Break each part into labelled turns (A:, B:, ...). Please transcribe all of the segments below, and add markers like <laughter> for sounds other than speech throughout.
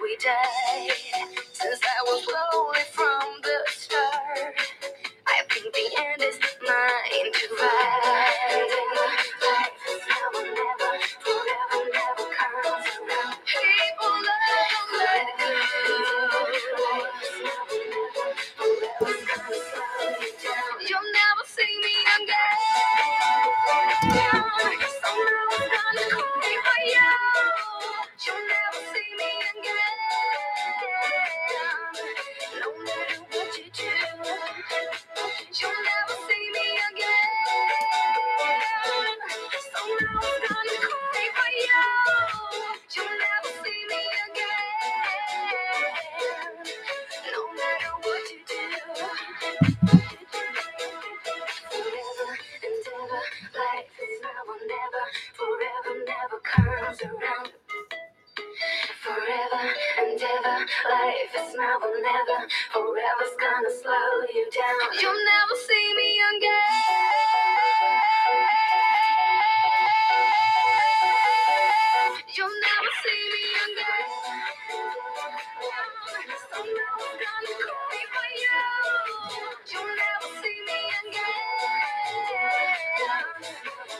A: we died. Since I was lonely from the start, I think the end is mine to find. Life is now or never, forever never comes around. People love like you. Life is now or never, forever never comes around. You'll never see me again. Somehow I'm gonna cry for you. You'll never see me again. No matter what you do. You'll never see me again. So now I'm gonna cry for you. You'll never see me again. No matter what you do. Forever and ever, life is now or never. Forever never comes around. Forever and ever, life is now or never. Forever's gonna slow you down. You'll never see me again. You'll never see me again. So now I'm gonna cry for you. You'll never see me again.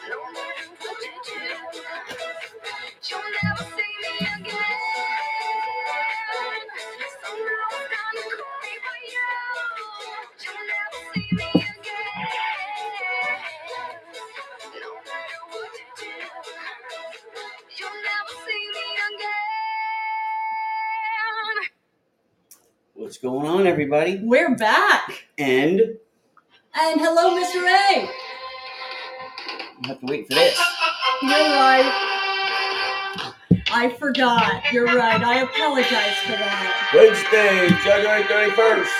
A: No matter what you do, you'll never see me again. So now I'm gonna cry for you. You'll never see me again. No matter what you do, you'll never see me again. What's going on, everybody? We're back. And and hello, Mr. Ray. You have to wait for this. You're right. I forgot. You're right. I apologize for that. Wednesday, January thirty first.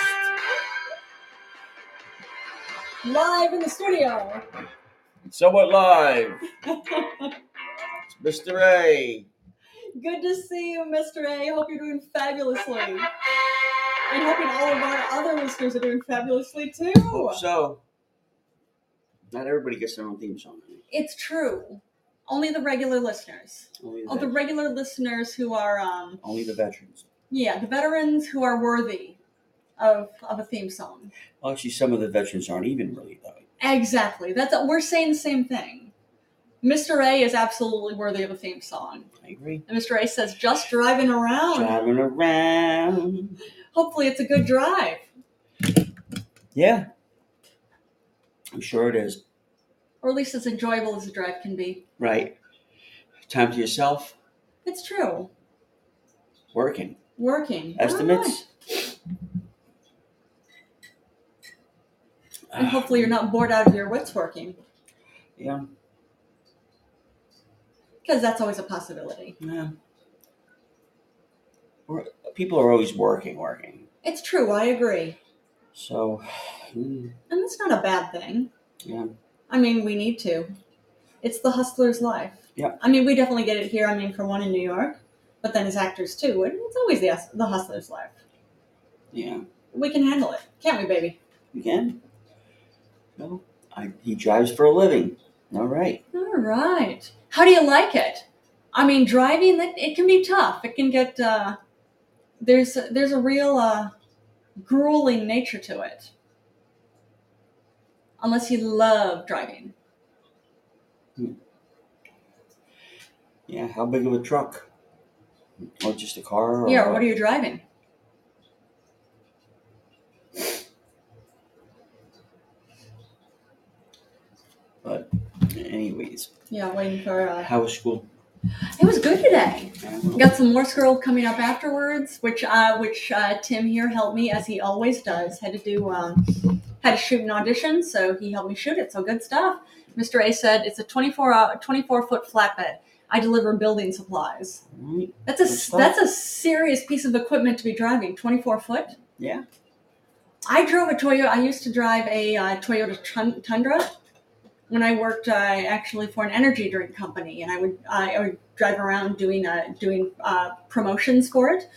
A: Live in the studio. <laughs> Somewhat live. It's Mr. Ray. Good to see you, Mr. A. Hope you're doing fabulously. And hoping all of our other listeners are doing fabulously too. Hope so. Not everybody gets their own theme song. It's true. Only the regular listeners. Only the, oh, the regular listeners who are um Only the veterans. Yeah, the veterans who are worthy of of a theme song. Well, actually some of the veterans aren't even really though. Exactly. That's we're saying the same thing. Mr. A is absolutely worthy of a theme song. I agree. And Mr. A says, just driving around. Driving around. Hopefully, it's a good drive. Yeah, I'm sure it is. Or at least as enjoyable as a drive can be. Right. Time to yourself. It's true. Working. Working. Estimates. And hopefully, you're not bored out of your wits working. Yeah. Because that's always a possibility. <sighs> Yeah. We're- People are always working, working. It's true. I agree. So, <sighs> mm, and that's not a bad thing. Yeah. I mean, we need to. It's the hustler's life. Yeah. I mean, we definitely get it here. I mean, for one in New York, but then as actors too, and it's always the hus- the hustler's life. Yeah. We can handle it, can't we, baby? We can. No, I, he drives for a living. All right. All right. How do you like it? I mean, driving it, it can be tough. It can get uh, there's there's a real uh, grueling nature to it, unless you love driving. Hmm. Yeah. How big of a truck? Or just a car? Or yeah. Or what are you driving? But anyways. Yeah, waiting for. Uh... How was school? It was good today. We got some more scroll coming up afterwards, which uh, which uh, Tim here helped me as he always does. Had to do um, had to shoot an audition, so he helped me shoot it. So good stuff. Mr. A said it's a 24 hour, 24 foot flatbed. I deliver building supplies. Right. That's a
B: Good stuff.
A: that's a serious piece of equipment to be driving. 24 foot. Yeah. I drove a Toyota. I used to drive a uh, Toyota Tun- Tundra when I worked uh, actually for an energy drink company, and I would I I would drive around doing uh, doing uh, promotions for it.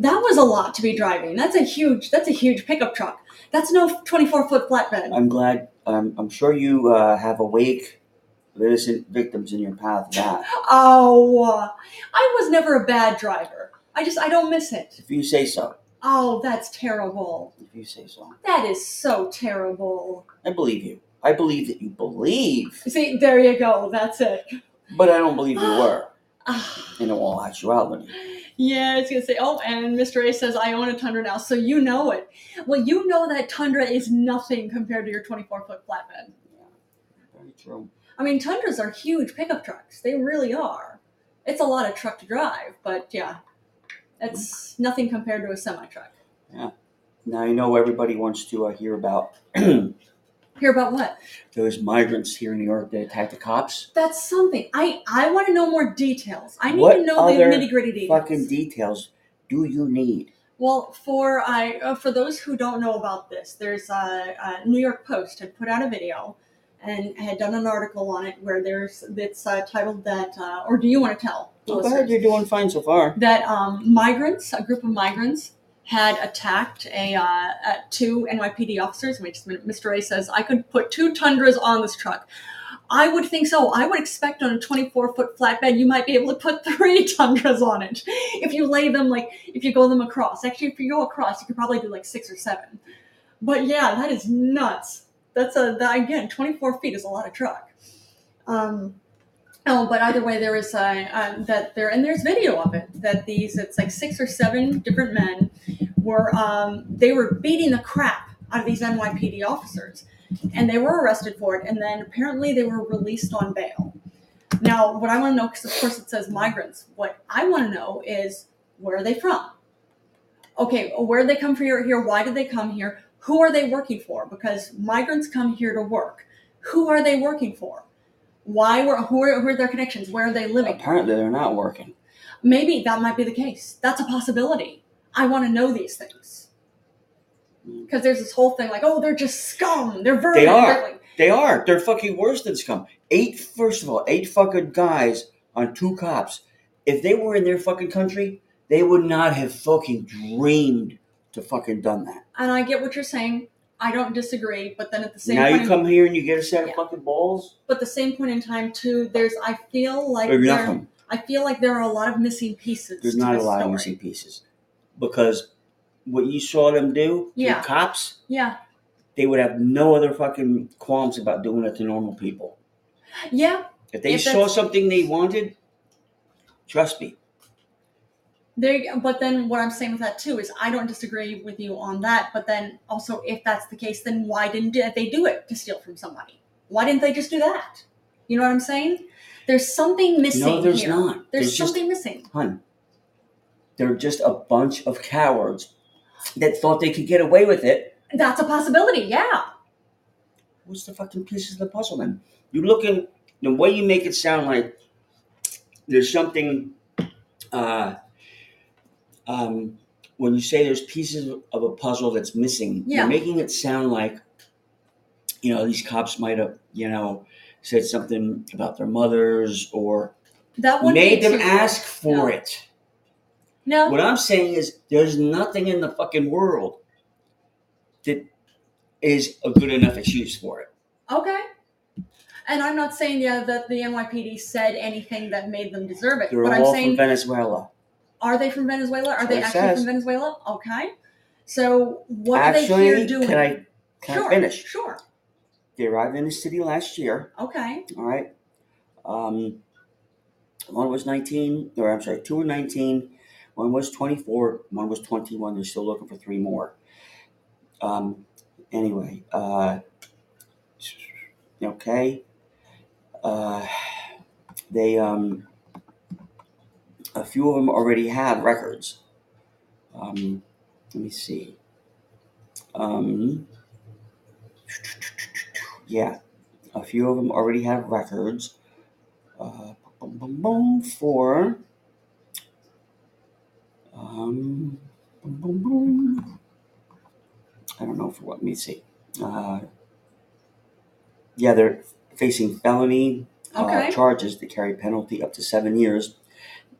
A: That was a lot to be driving. That's a huge that's a huge pickup truck. That's no twenty four foot flatbed. I'm glad. Um, I'm sure you uh, have awake uh, innocent victims in your path. Now. oh, I was never a bad driver. I just I don't miss it.
B: If you say so.
A: Oh, that's terrible.
B: If you say so.
A: That is so terrible.
B: I believe you. I believe that you believe,
A: See, there you go. That's it. Ah,
B: but I don't believe you were in all actuality.
A: Yeah, it's gonna say, oh, and Mr. A says, I own a Tundra now, so you know it. Well, you know that Tundra is nothing compared to your 24 foot flatbed.
B: Very true.
A: I mean, Tundras are huge pickup trucks. They really are. It's a lot of truck to drive, but yeah, it's nothing compared to a semi truck.
B: Now I know everybody wants to uh, hear about <clears throat>
A: Hear about what?
B: those migrants here in New York that attacked the cops.
A: That's something. I I want to know more details. I need
B: What
A: to know the
B: other
A: nitty gritty details.
B: Fucking details. Do you need?
A: Well, for I uh, for those who don't know about this, there's a, uh New York Post had put out a video and had done an article on it where there's it's uh, titled that uh, or do you want to tell? the
B: Oh, go
A: listeners?
B: ahead. You're doing fine so far.
A: that um, migrants, a group of migrants, had attacked a uh, uh, two NYPD officers. Wait just a minute. Mr. A says, "I could put two Tundras on this truck." I would think so. I would expect on a 24 foot flatbed, you might be able to put <laughs> three Tundras on it if you lay them like if you go them across. Actually, if you go across, you could probably do like six or seven. But yeah, that is nuts. That's a that, again, 24 feet is a lot of truck. Um, Oh, but either way, there is uh, um, that there, and there's video of it. That these, it's like six or seven different men were um, they were beating the crap out of these NYPD officers, and they were arrested for it. And then apparently they were released on bail. Now, what I want to know, because of course it says migrants, what I want to know is where are they from? Okay, where did they come from here? Why did they come here? Who are they working for? Because migrants come here to work. Who are they working for? Why were who are, who are their connections? Where are they living?
B: Apparently, they're not working.
A: Maybe that might be the case. That's a possibility. I want to know these things because there's this whole thing like, oh, they're just scum. They're
B: Hmm.
A: vermin.
B: They are.
A: They're like-
B: They are. They're fucking worse than scum. Eight, first of all, eight fucking guys on two cops. If they were in their fucking country, they would not have fucking dreamed to fucking done that.
A: and I get what you're saying. I don't disagree, but then at the same
B: now
A: point,
B: you come here and you get a set
A: Yeah.
B: of fucking balls.
A: but the same point in time too, there's I feel like
B: There's
A: there,
B: nothing.
A: I feel like there are a lot of missing pieces.
B: There's
A: to
B: not a
A: this
B: lot of
A: story.
B: missing pieces because what you saw them do to
A: Yeah.
B: cops,
A: Yeah,
B: they would have no other fucking qualms about doing it to normal people.
A: yeah.
B: If they
A: If
B: saw
A: that's-
B: something they wanted, trust me,
A: There, but then what I'm saying with that too is I don't disagree with you on that. But then also, if that's the case, then why didn't they do it to steal from somebody? Why didn't they just do that? You know what I'm saying? There's something missing.
B: no, there's
A: here.
B: not.
A: There's,
B: just
A: something missing.
B: Hun, they're just a bunch of cowards that thought they could get away with it.
A: That's a possibility. Yeah.
B: What's the fucking pieces of the puzzle then? You look in the way you make it sound like there's something. Uh, um, when you say there's pieces of a puzzle that's missing,
A: Yeah.
B: you're making it sound like you know these cops might have you know said something about their mothers or
A: That would
B: made
A: be
B: them
A: too-
B: ask for
A: Yeah.
B: it.
A: No.
B: What I'm saying is, there's nothing in the fucking world that is a good enough excuse for it.
A: Okay. And I'm not saying yeah that the NYPD said anything that made them deserve it.
B: They're
A: but I'm
B: all
A: saying
B: from Venezuela.
A: Are they from Venezuela? Are
B: That's
A: they
B: what it
A: actually
B: says.
A: from Venezuela? Okay. So what are
B: Actually,
A: they here doing?
B: can I can
A: sure,
B: I finish?
A: Sure.
B: They arrived in the city last year.
A: Okay.
B: All right. Um, one was 19, or I'm sorry, two were 19, one was 24, one was 21. They're still looking for three more. Um, anyway, uh, okay. Uh, they, um, a few of them already have records. Um, let me see. Um, yeah, a few of them already have records. Uh, boom, boom, boom, for um, boom, boom, boom. I don't know for what. Let me see. Uh, yeah, they're facing felony
A: Okay.
B: uh, charges that carry penalty up to seven years,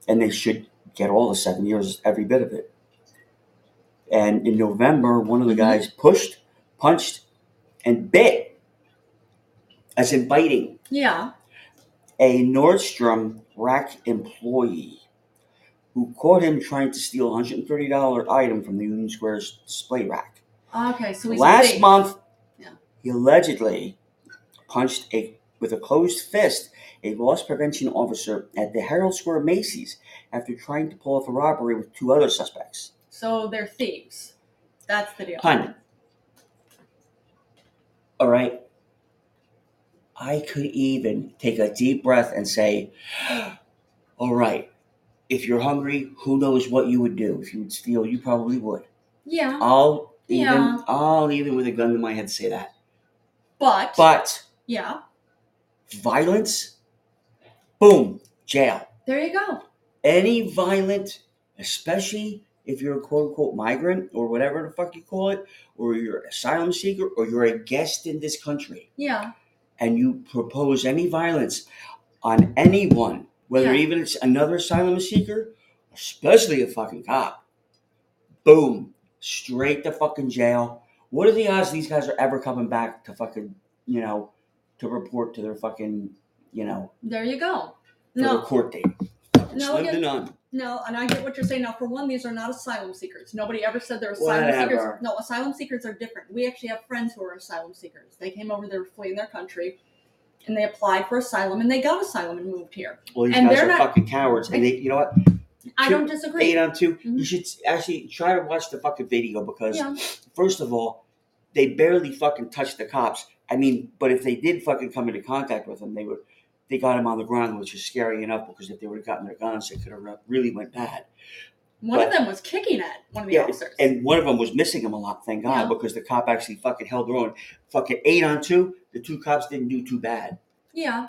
B: and they should get all the seven years, every bit of it. And in November, one of the
A: Mhm.
B: guys pushed, punched, and bit, as in biting,
A: Yeah.
B: a Nordstrom rack employee who caught him trying to steal a $130 item from the Union Square's display rack.
A: Okay, so he's a
B: Last
A: thief.
B: month,
A: Yeah.
B: he allegedly punched a with a closed fist a loss prevention officer at the Herald Square Macy's after trying to pull off a robbery with two other suspects.
A: So they're thieves. That's the deal.
B: Hun. All right. I could even take a deep breath and say, <gasps> all right, if you're hungry, who knows what you would do? If you would steal, you probably would.
A: Yeah,
B: I'll even,
A: Yeah.
B: I'll even with a gun to my head say that.
A: but,
B: But
A: yeah,
B: violence, boom, jail.
A: there you go.
B: Any violent, especially if you're a quote unquote migrant or whatever the fuck you call it, or you're an asylum seeker or you're a guest in this country
A: Yeah,
B: and you propose any violence on anyone, whether
A: Yeah.
B: even it's another asylum seeker, especially a fucking cop, boom, straight to fucking jail. What are the odds these guys are ever coming back to fucking, you know, to report to their fucking, you know,
A: there you go.
B: for
A: No,
B: their court date.
A: No,
B: Slim
A: yeah.
B: to none.
A: No, and I get what you're saying. Now, for one, these are not asylum seekers. Nobody ever said they're asylum
B: Whatever.
A: seekers. No, asylum seekers are different. We actually have friends who are asylum seekers. They came over, they were fleeing their country, and they applied for asylum, and they got asylum and moved here.
B: Well, these
A: And
B: guys
A: they're
B: are
A: not-
B: fucking cowards, and they, you know what?
A: I
B: Two-
A: don't
B: Eight
A: disagree.
B: on 2
A: Mhm.
B: You should actually try to watch the fucking video because,
A: Yeah,
B: first of all, they barely fucking touched the cops. I mean, but if they did fucking come into contact with them, they would. They got him on the ground, which is scary enough because if they would have gotten their guns, it could have really went bad.
A: one of them was kicking at one of the
B: Yeah,
A: officers.
B: And one of them was missing him a lot, thank God,
A: Yeah.
B: because the cop actually fucking held their own. Fucking eight on two, the two cops didn't do too bad,
A: yeah,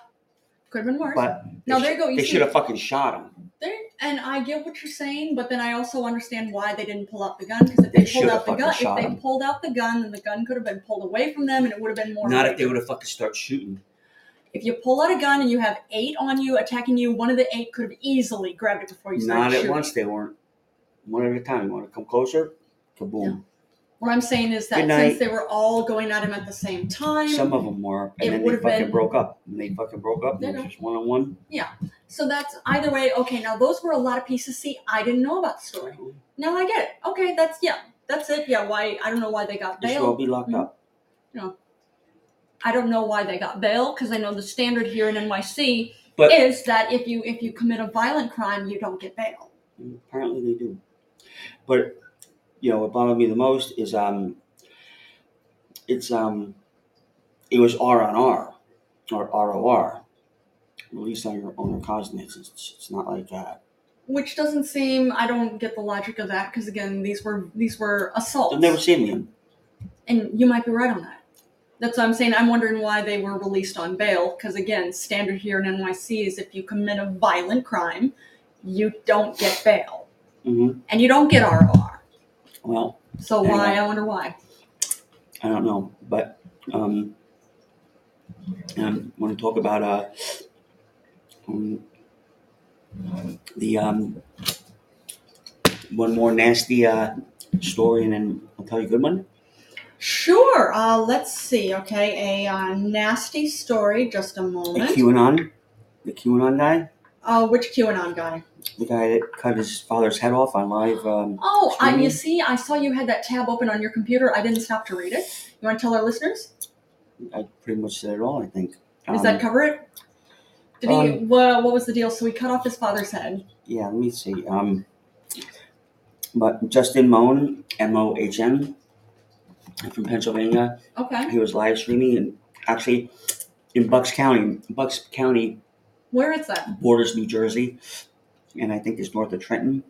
A: could have been worse.
B: but
A: now
B: they
A: there you go. You
B: they
A: see-
B: should have fucking shot him.
A: There, and I get what you're saying, but then I also understand why they didn't pull out the gun because if
B: They
A: they,
B: should
A: pulled
B: have
A: out the
B: fucking
A: gun,
B: shot
A: if they
B: him.
A: pulled out the gun, then the gun could have been pulled away from them, and it would have been more.
B: Not if
A: harmful.
B: they would have fucking start shooting.
A: If you pull out a gun and you have eight on you attacking you, one of the eight could have easily grabbed it before you started
B: Not at
A: shooting.
B: once. They weren't. One at a time. You want to come closer? Kaboom.
A: What I'm saying is
B: Good
A: that
B: night.
A: since they were all going at him at the same time,
B: Some of them were,
A: It
B: and then they
A: would've
B: fucking
A: been-
B: broke up. And they fucking broke up.
A: There
B: And it
A: you
B: was just one on one.
A: so that's either way. Okay, now those were a lot of pieces. See, I didn't know about the story. Now I get it. Okay, that's yeah, that's it. Yeah, why I don't know why they got
B: Just will
A: bail.
B: be locked up.
A: I don't know why they got bail because I know the standard here in NYC
B: But-
A: is that if you if you commit a violent crime, you don't get bail.
B: And apparently they do. But you know what bothered me the most is um, it's um, it was R on R or ROR, released on your own consonants. It's, it's not like uh, that.
A: Which doesn't seem. I don't get the logic of that because again, these were these were assaults.
B: They've never seen him.
A: And you might be right on that. That's what I'm saying. I'm wondering why they were released on bail. Because again, standard here in NYC is if you commit a violent crime, you don't get bail,
B: hmm
A: and you don't get ROR.
B: Well,
A: So why?
B: Anyway.
A: I wonder why.
B: I don't know, but um, I want to talk about uh, um, the um, one more nasty uh, story, and then I'll tell you a good one.
A: Sure. Uh, let's see. Okay, a uh, nasty story. Just a
B: The
A: moment.
B: QAnon, the QAnon guy,
A: Uh, which QAnon guy?
B: the guy that cut his father's head off on live. Um,
A: Oh, I,
B: Streaming.
A: you see, I saw you had that tab open on your computer. I didn't stop to read it. You want to tell our listeners?
B: I pretty much said it all. I think.
A: Does
B: Um,
A: that cover it? Did he? wha- what was the deal? So he cut off his father's head.
B: yeah, let me see. Um, but Justin Moan, M O H N, from Pennsylvania.
A: Okay.
B: he was live streaming and actually in Bucks County. Bucks County
A: Where is that?
B: borders New Jersey, and I think it's north of Trenton.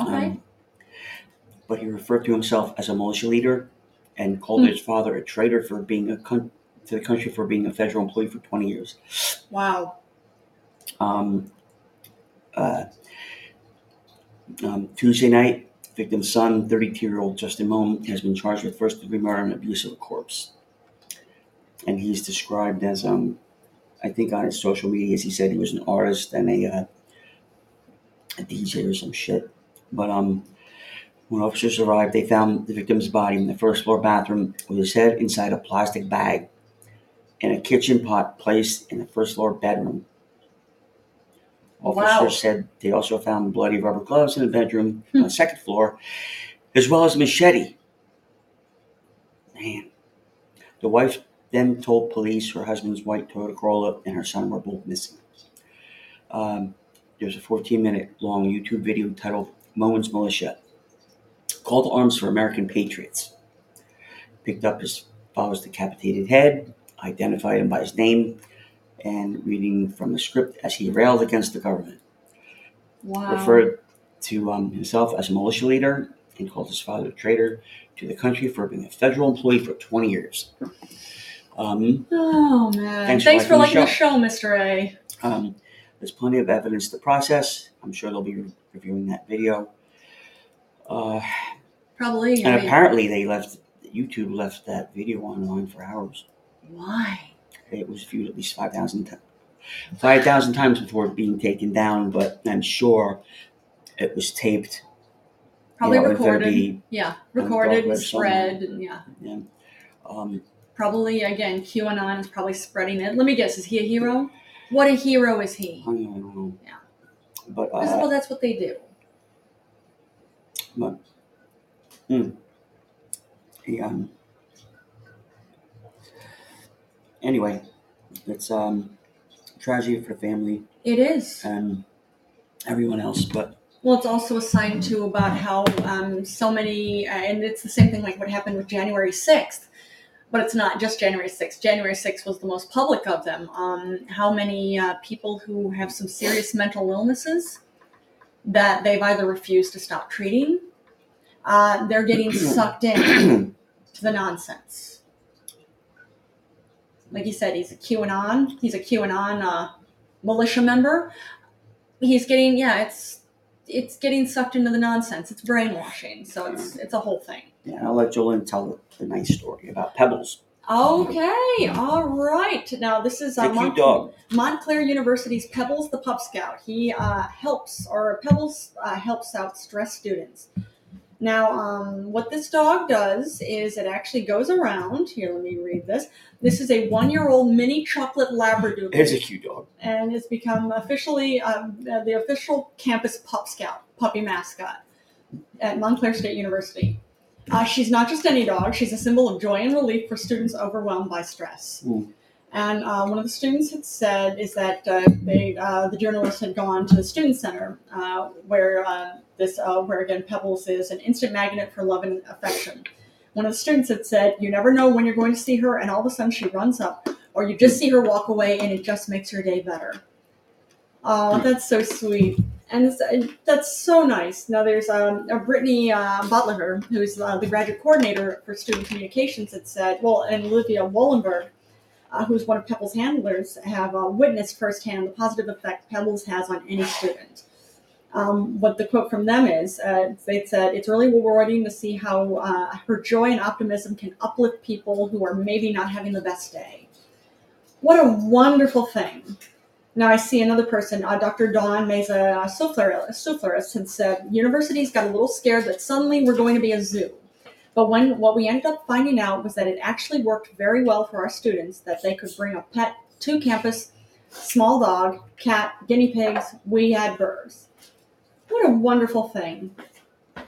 A: Okay.
B: Um, but he referred to himself as a militia leader and called
A: Hmm.
B: his father a traitor for being a con- to the country for being a federal employee for 20 years.
A: wow.
B: Um, uh, um, Tuesday night, victim's son, 32-year-old Justin Moan, has been charged with first-degree murder and abuse of a corpse. And he's described as, um, I think on his social media, as he said, he was an artist and a, uh, a DJ E or some shit. But um, when officers arrived, they found the victim's body in the first floor bathroom with his head inside a plastic bag and a kitchen pot placed in the first floor bedroom. Officers
A: Wow.
B: said they also found bloody rubber gloves in the bedroom on the second floor, as well as a machete. Man. The wife then told police her husband's white Toyota Corolla and her son were both missing. Um, there's a 14 minute long YouTube video titled Moen's Militia. Call to arms for American patriots. Picked up his father's decapitated head, identified him by his name, and reading from the script as he railed against the government.
A: Wow.
B: Referred to um, himself as a militia leader and called his father a traitor to the country for being a federal employee for 20 years. Um,
A: Oh man.
B: Thanks
A: Thanks,
B: for
A: for
B: liking
A: liking
B: the
A: the show, Mr. A.
B: Um, there's plenty of evidence to process. I'm sure they'll be re- reviewing that video. Uh,
A: Probably. I
B: and
A: mean,
B: apparently, they left YouTube left that video online for hours.
A: why?
B: It was viewed at least five thousand times. Five thousand times before being taken down, but I'm sure it was taped. you
A: Probably
B: know, if there'd
A: recorded.
B: be,
A: yeah,
B: the dark
A: recorded and
B: web somewhere.
A: spread. And yeah,
B: yeah, um,
A: probably again. QAnon is probably spreading it. Let me guess. Is he a hero? What a hero is he?
B: I don't know, I don't know.
A: Yeah.
B: But
A: Because,
B: uh,
A: well, that's what they do.
B: the, hmm. um, anyway, it's um, tragedy for family.
A: It is.
B: and everyone else. But
A: Well, it's also a sign too about how um, so many, uh, and it's the same thing like what happened with January sixth, but it's not just January sixth. January sixth was the most public of them. Um, how many uh, people who have some serious mental illnesses that they've either refused to stop treating, uh, they're getting sucked in to the nonsense. Like you said, he's a QAnon. He's a QAnon uh, militia member. He's getting yeah, it's it's getting sucked into the nonsense. It's brainwashing. So it's it's a whole thing.
B: yeah, I'll let Jolene tell the nice story about Pebbles.
A: Okay, all right. Now this is uh,
B: Thank you,
A: Mon-
B: dog.
A: Montclair University's Pebbles the Pup Scout. He uh, helps or Pebbles uh, helps out stressed students. Now, um, what this dog does is it actually goes around. Here, let me read this. This is a one-year-old mini chocolate labradoodle,
B: It's a cute dog.
A: and it's become officially um, uh, the official campus pup scout puppy mascot at Montclair State University. Uh, she's not just any dog; she's a symbol of joy and relief for students overwhelmed by stress.
B: Mm.
A: And uh, one of the students had said is that uh, they, uh, the journalist had gone to the student center uh, where uh, this, uh, where again Pebbles is an instant magnet for love and affection. One of the students had said, "You never know when you're going to see her," and all of a sudden she runs up, or you just see her walk away, and it just makes her day better. Oh, that's so sweet. And it's, uh, that's so nice. Now there's um, a Brittany uh, Butler, who's uh, the graduate coordinator for student communications, had said, well, and Olivia Wollenberg, uh, who's one of Pebbles' handlers, have uh, witnessed firsthand the positive effect Pebbles has on any student. Um, what the quote from them is, uh, they said, it's really rewarding to see how uh, her joy and optimism can uplift people who are maybe not having the best day. What a wonderful thing. Now I see another person, uh, Dr. Dawn Meza uh, Souflaris, had said, universities got a little scared that suddenly we're going to be a zoo. But when what we ended up finding out was that it actually worked very well for our students that they could bring a pet to campus, small dog, cat, guinea pigs, we had birds. What a wonderful thing.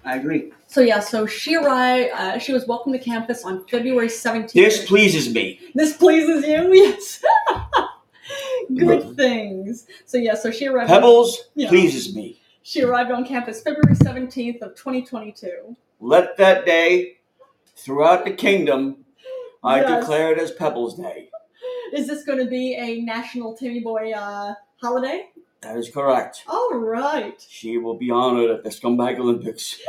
B: I agree.
A: So yeah, so she arrived, uh, she was welcomed to campus on February 17th.
B: This pleases me.
A: This pleases you?
B: <laughs>
A: <laughs> Yes.
B: Well-
A: Good things. So yeah, so she arrived.
B: Pebbles
A: Yeah.
B: pleases me.
A: She arrived on campus February 17th of 2022.
B: Let that day throughout the kingdom. I
A: Yes.
B: declare it as Pebbles Day.
A: Is this going to be a national Timmy Boy uh, holiday?
B: That is correct.
A: All right.
B: She will be honored at the Scumbag Olympics.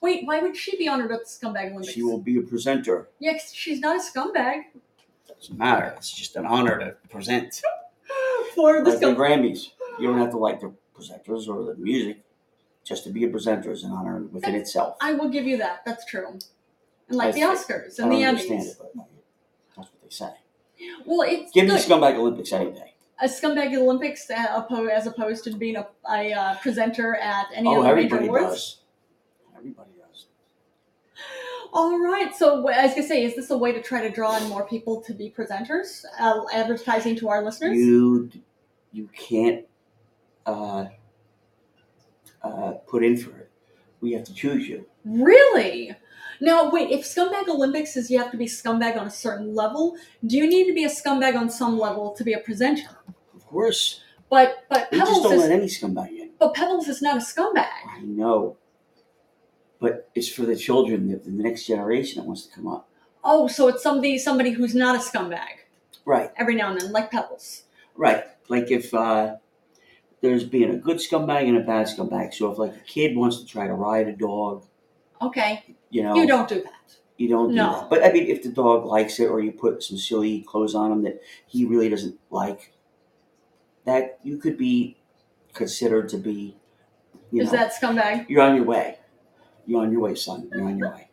A: Wait, why would she be honored at the Scumbag Olympics?
B: She will be a presenter.
A: Yeah, 'cause she's not a scumbag.
B: Doesn't matter. It's just an honor to
A: <laughs>
B: present.
A: For the
B: Like the
A: scumbag.
B: Grammys. You don't have to like the presenters or the music. Just to be a presenter is an honor within itself.
A: I will give you that. That's true. And like the
B: That's-
A: Oscars
B: I
A: and the
B: don't understand
A: Emmys.
B: it, but that's what they say.
A: Well, it's
B: Give me the
A: good.
B: scumbag Olympics any day.
A: a scumbag Olympics uh, oppo- as opposed to being a, a uh, presenter at any
B: oh,
A: of the major
B: everybody
A: awards.
B: does. Everybody does.
A: All right. So, wh- as I say, is this a way to try to draw in more people to be presenters, uh, advertising to our listeners?
B: You, you can't uh, uh, put in for it. We have to choose you.
A: Really? Now, wait, if Scumbag Olympics is you have to be scumbag on a certain level, do you need to be a scumbag on some level to be a presenter?
B: Of course.
A: But but
B: We just
A: Pebbles
B: don't let
A: is
B: any scumbag in.
A: but Pebbles is not a scumbag.
B: I know. But it's for the children, the, the next generation that wants to come up.
A: Oh, so it's somebody somebody who's not a scumbag
B: Right,
A: every now and then, like Pebbles.
B: right. Like if uh, there's being a good scumbag and a bad scumbag. So if like a kid wants to try to ride a dog,
A: Okay,
B: you know,
A: you don't do that.
B: you don't do
A: No.
B: that. But I mean, if the dog likes it, or you put some silly clothes on him that he really doesn't like, that you could be considered to be, you
A: Is
B: know,
A: that scumbag? <sighs>
B: you're on your way. You're on your way, son. You're on your way.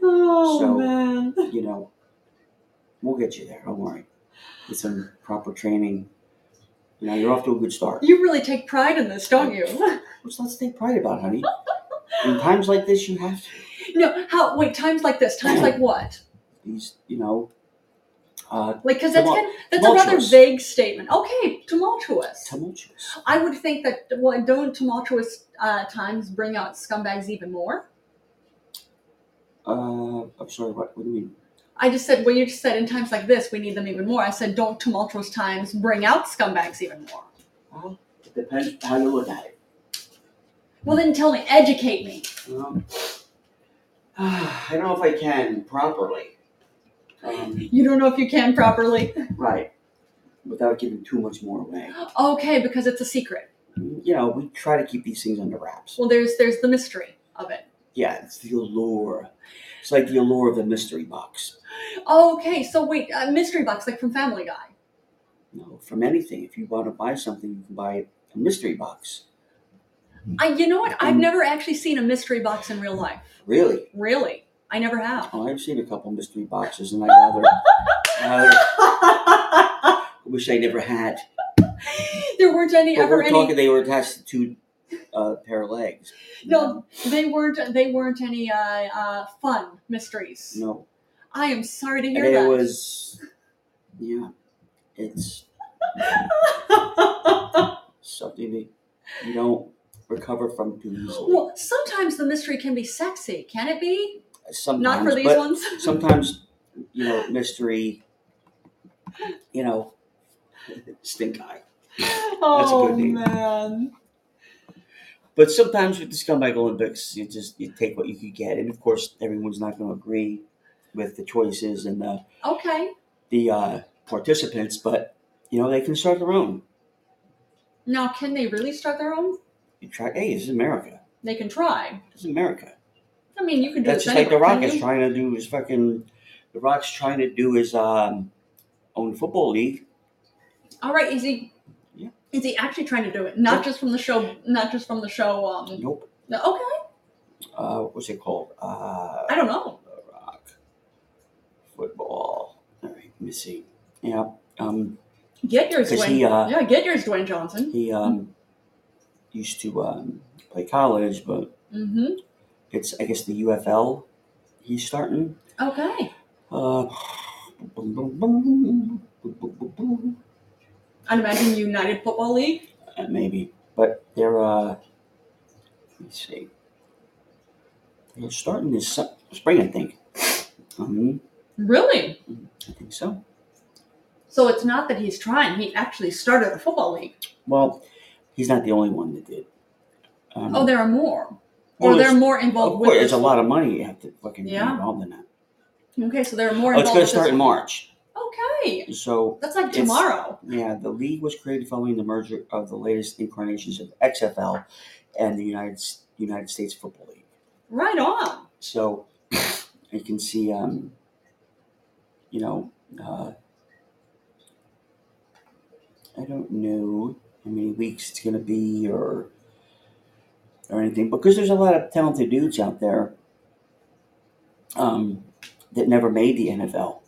A: Oh
B: So-
A: man.
B: You know, we'll get you there. Don't worry. With some proper training, you know, you're off to a good start.
A: You really take pride in this, don't you?
B: Which let's take pride about, honey. In times like this, you have to.
A: no, how wait, times like this, times like what?
B: These, you know, uh,
A: Like cuz that's
B: Tumul-
A: kind that's a rather
B: tumultuous.
A: vague statement. Okay, tumultuous.
B: tumultuous.
A: I would think that well, don't tumultuous uh, times bring out scumbags even more?
B: Uh, I'm sorry. What, what do you mean?
A: I just said, well, you just said in times like this, we need them even more. I said, don't tumultuous times bring out scumbags even more.
B: Well, it depends how you look at it.
A: Well, then tell me, educate me.
B: Um, <sighs> I don't know if I can properly. Um,
A: You don't know if you can properly.
B: right. Without giving too much more away.
A: Okay, because it's a secret.
B: You know, we try to keep these things under wraps.
A: Well, there's there's the mystery of it.
B: Yeah, it's the allure. It's like the allure of the mystery box.
A: Okay, so wait, uh, mystery box like from Family Guy.
B: You know, from anything. If you want to buy something, you can buy a mystery box.
A: I, you know what?
B: Mm.
A: I've never actually seen a mystery box in real life.
B: Really?
A: Really, I never <laughs> have.
B: Oh, I've seen a couple mystery boxes, and I
A: <laughs>
B: rather, rather wish I never had.
A: there weren't any
B: But
A: ever
B: we're
A: any.
B: talking; they were attached to uh, pair of legs.
A: No, they weren't. They weren't any uh, uh, fun mysteries.
B: no.
A: I am sorry to
B: And
A: hear
B: it
A: that.
B: was, yeah, it's something that you don't recover from too easily.
A: <laughs> well, sometimes the mystery can be sexy, can it be?
B: sometimes,
A: Not for these
B: but
A: ones.
B: sometimes, you know, mystery, you know, stink eye.
A: <laughs> Oh
B: good name.
A: man.
B: But sometimes with the Scumbag Olympics, you just you take what you could get, and of course, everyone's not going to agree with the choices and the
A: Okay.
B: the uh, participants. But you know, they can start their own.
A: Now, can they really start their own?
B: You try. Hey, this is America.
A: They can try.
B: This is America.
A: I mean, you can do
B: That's
A: this
B: just like the
A: anywhere,
B: Rock
A: can't
B: is
A: you?
B: trying to do his fucking. The Rock's trying to do his um, own football league.
A: All right. Is he?
B: Yeah.
A: Is he actually trying to do it? Not
B: Yeah.
A: just from the show. Not just from the show. Um.
B: Nope.
A: no- Okay.
B: Uh, what's it called? Uh,
A: I don't know.
B: the Rock football. All right, let me see. Yeah. Um,
A: Get yours,
B: 'Cause
A: Dwayne.
B: he, uh,
A: yeah, get yours, Dwayne Johnson.
B: he um, used to um, play college, but
A: Mm-hmm.
B: it's I guess the UFL. He's starting.
A: Okay.
B: Uh,
A: I'd imagine United Football League.
B: Uh, maybe. But they're uh let's see. They're starting this su- spring, I think. Um,
A: Really?
B: I think so.
A: So it's not that he's trying. He actually started a football league.
B: Well, he's not the only one that did. Um,
A: Oh, there are more.
B: well,
A: Or
B: there's-
A: Oh, they're more involved
B: of
A: with
B: course,
A: this.
B: there's a lot of money you have to fucking
A: Yeah.
B: be involved in that.
A: Okay, so they're more
B: Oh, it's going
A: involved
B: to
A: with
B: start
A: this.
B: in March.
A: Okay.
B: So
A: That's like
B: It's-
A: tomorrow.
B: Yeah, the league was created following the merger of the latest incarnations of XFL and the United S- United States Football League.
A: Right on.
B: So you can see, um, you know, uh, I don't know how many weeks it's going to be or or anything because there's a lot of talented dudes out there um, that never made the NFL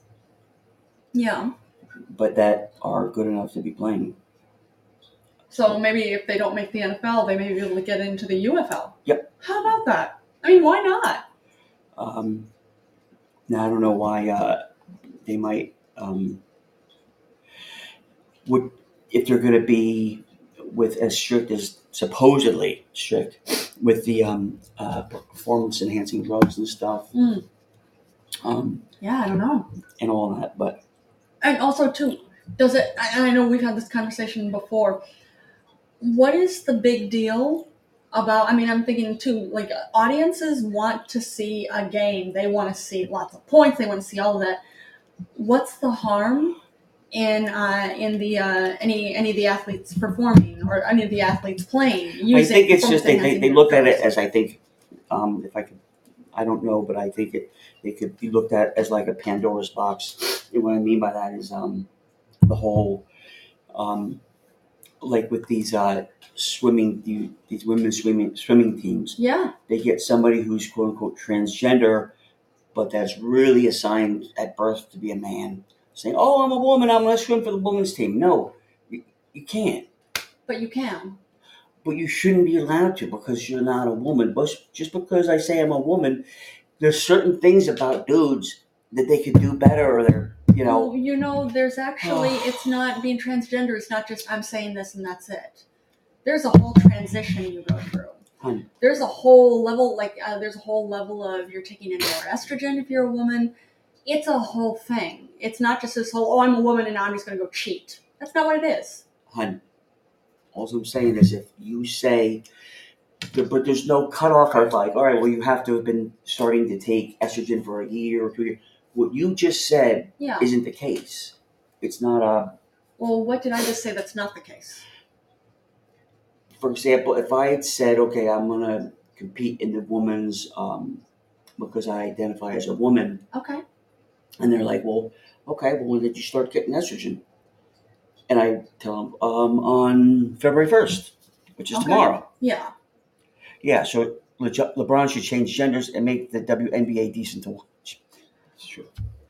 A: Yeah.
B: but that are good enough to be playing.
A: So maybe if they don't make the NFL, they may be able to get into the UFL.
B: Yep.
A: How about that? I mean, why not?
B: Um, now I don't know why uh, they might um, would if they're going to be with as strict as supposedly strict with the um, uh, performance enhancing drugs and stuff
A: Mm.
B: um,
A: Yeah, I don't know.
B: and all that. But
A: And also, too, does it? I- And I know we've had this conversation before. What is the big deal about? I mean, I'm thinking too. Like audiences want to see a game. They want to see lots of points. They want to see all of that. What's the harm in uh, in the uh, any any of the athletes performing or any of the athletes playing? Using
B: I think it's just they, they,
A: performance-enhancing
B: they look at it
A: drugs?
B: as I think um, if I could I don't know, but I think it it could be looked at as like a Pandora's box. And what I mean by that is um, the whole um, like with these uh, swimming the- these women swimming swimming teams.
A: yeah,
B: they get somebody who's quote unquote transgender, but that's really assigned at birth to be a man, saying, "Oh, I'm a woman. I'm going to swim for the women's team." No, you, you can't.
A: but you can.
B: But you shouldn't be allowed to because you're not a woman. But just because I say I'm a woman, there's certain things about dudes that they could do better, or they're you know.
A: Well, you know, there's actually, it's not being transgender, it's not just I'm saying this and that's it. There's a whole transition you go through.
B: Hun.
A: There's a whole level, like, uh, there's a whole level of you're taking in more estrogen if you're a woman. It's a whole thing. It's not just this whole, oh, I'm a woman and now I'm just going to go cheat. That's not what it is.
B: hun. All I'm saying is if you say, but there's no cutoff of like, all right, well, you have to have been starting to take estrogen for a year or two years. What you just said
A: Yeah.
B: isn't the case. It's not a,
A: Well, what did I just say that's not the case?
B: for example, if I had said, okay, I'm going to compete in the woman's, um, because I identify as a woman,
A: Okay.
B: and they're like, well, okay, well, when did you start getting estrogen? And I tell them, um, on February 1st, which is
A: Okay.
B: tomorrow.
A: Yeah.
B: Yeah, so Le- LeBron should change genders and make the WNBA decent to watch. Sure.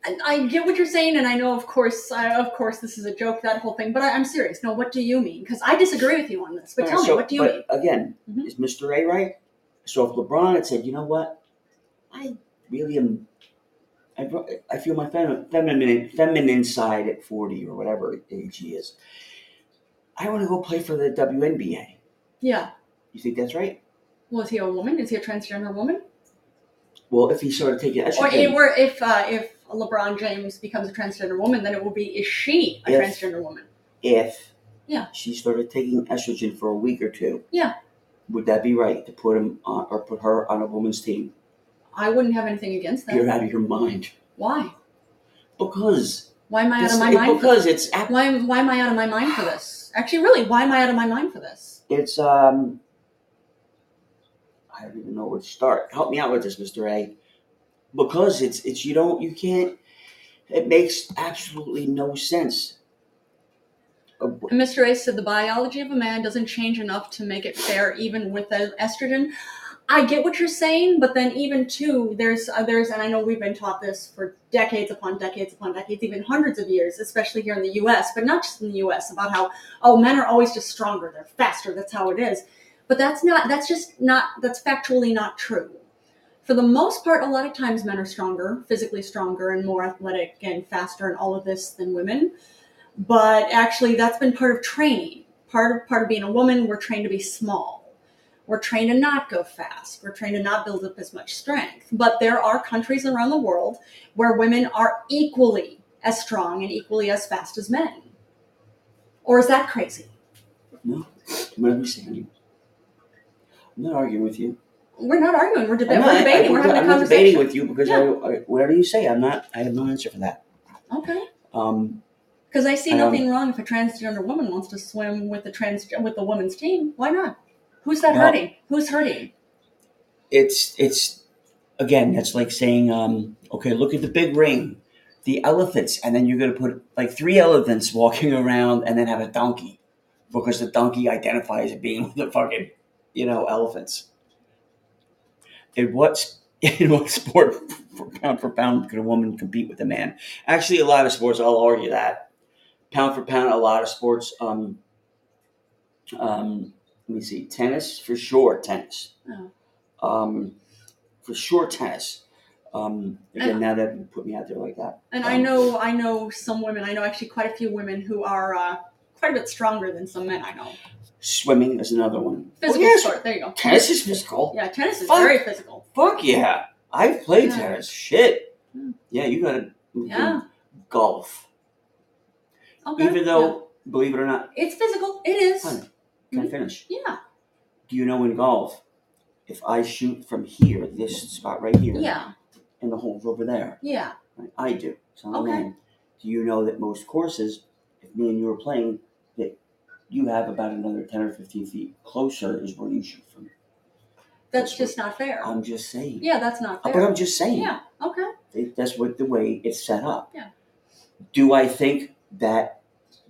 A: I, I get what you're saying, and I know, of course, I, of course, this is a joke, that whole thing. But I, I'm serious. No, what do you mean? Because I disagree with you on this. But tell me, what do you mean?
B: Again,
A: Mhm.
B: is Mr. A right? So if LeBron had said, you know what, I really am, I, bro- I feel my fem- feminine feminine side at forty or whatever age he is. I want to go play for the WNBA.
A: Yeah.
B: You think that's right?
A: Well, is he a woman? Is he a transgender woman?
B: Well, if he started taking estrogen,
A: Or it were if uh, if LeBron James becomes a transgender woman, then it will be is she a
B: Yes.
A: transgender woman?
B: if
A: Yeah.
B: she started taking estrogen for a week or two,
A: Yeah.
B: would that be right to put him on or put her on a woman's team?
A: I wouldn't have anything against that.
B: You're out of your mind
A: Why?
B: because
A: Why am I out
B: it's,
A: of my mind? For,
B: because it's ap-
A: why am- why am I out of my mind for this? Actually, really, why am I out of my mind for this?
B: it's um. I don't even know where to start. Help me out with this, Mister A. Because it's it's you don't you can't. It makes absolutely no sense. Uh,
A: And Mr. Ace said the biology of a man doesn't change enough to make it fair, even with the estrogen. I get what you're saying, but then even too, there's others, and I know we've been taught this for decades upon decades upon decades, even hundreds of years, especially here in the U.S., but not just in the U.S. about how oh, men are always just stronger, they're faster, that's how it is. But that's not. That's just not. That's factually not true. For the most part, a lot of times men are stronger, physically stronger, and more athletic and faster, and all of this than women. But actually, that's been part of training. Part of part of being a woman, we're trained to be small we're trained to not go fast. We're trained to not build up as much strength. But there are countries around the world where women are equally as strong and equally as fast as men. Or is that crazy?
B: no, I'm not understanding. I'm not arguing with you.
A: We're not arguing. We're, deba-
B: I'm
A: we're
B: not,
A: debating.
B: I,
A: we're having a
B: am not debating
A: conversation.
B: with you because I, I, whatever you say, I'm not. I have no answer for that.
A: Okay.
B: Um,
A: Because I see
B: Um,
A: nothing wrong if a transgender woman wants to swim with the trans with the women's team. Why not? Who's that
B: Well-
A: hurting? Who's hurting?
B: it's it's again. That's like saying, um, okay, look at the big ring, the elephants, and then you're going to put like three elephants walking <laughs> around, and then have a donkey because the donkey identifies as being <laughs> with the fucking you know elephants. In what s- <laughs> in what sport, <laughs> for pound for pound, could a woman compete with a man? Actually, a lot of sports. I'll argue that pound for pound, a lot of sports. Um, um, let me see, tennis for sure, tennis
A: Oh.
B: um, for sure tennis. Um,
A: Oh.
B: again, now that you put me out there like that,
A: And I know I know some women. I know actually quite a few women who are uh, quite a bit stronger than some men I know.
B: Swimming is another one.
A: Physical
B: Oh, yes.
A: sport. There you go.
B: Tennis is physical.
A: Yeah, tennis is
B: Fuck.
A: very physical.
B: Fuck yeah. I've played
A: Yeah.
B: tennis. Shit.
A: Hmm.
B: Yeah, you gotta
A: Yeah.
B: golf.
A: Okay.
B: Mm-hmm. Even though, believe it or not,
A: Yeah. it's physical, it is.
B: Fine. can I
A: Mhm.
B: finish?
A: Yeah.
B: Do you know in golf, if I shoot from here, this spot right here,
A: Yeah.
B: and the hole's over there,
A: Yeah.
B: right? I do. So I'm a
A: Okay.
B: man. Do you know that most courses, if me and you are playing, that you have about another 10 or 15 feet closer is where you shoot from?
A: That's just not fair.
B: I'm just saying. Uh,
A: Yeah, that's not
B: But
A: fair.
B: I'm just saying.
A: Yeah. Okay.
B: It- That's what the way it's set up.
A: Yeah.
B: Do I think that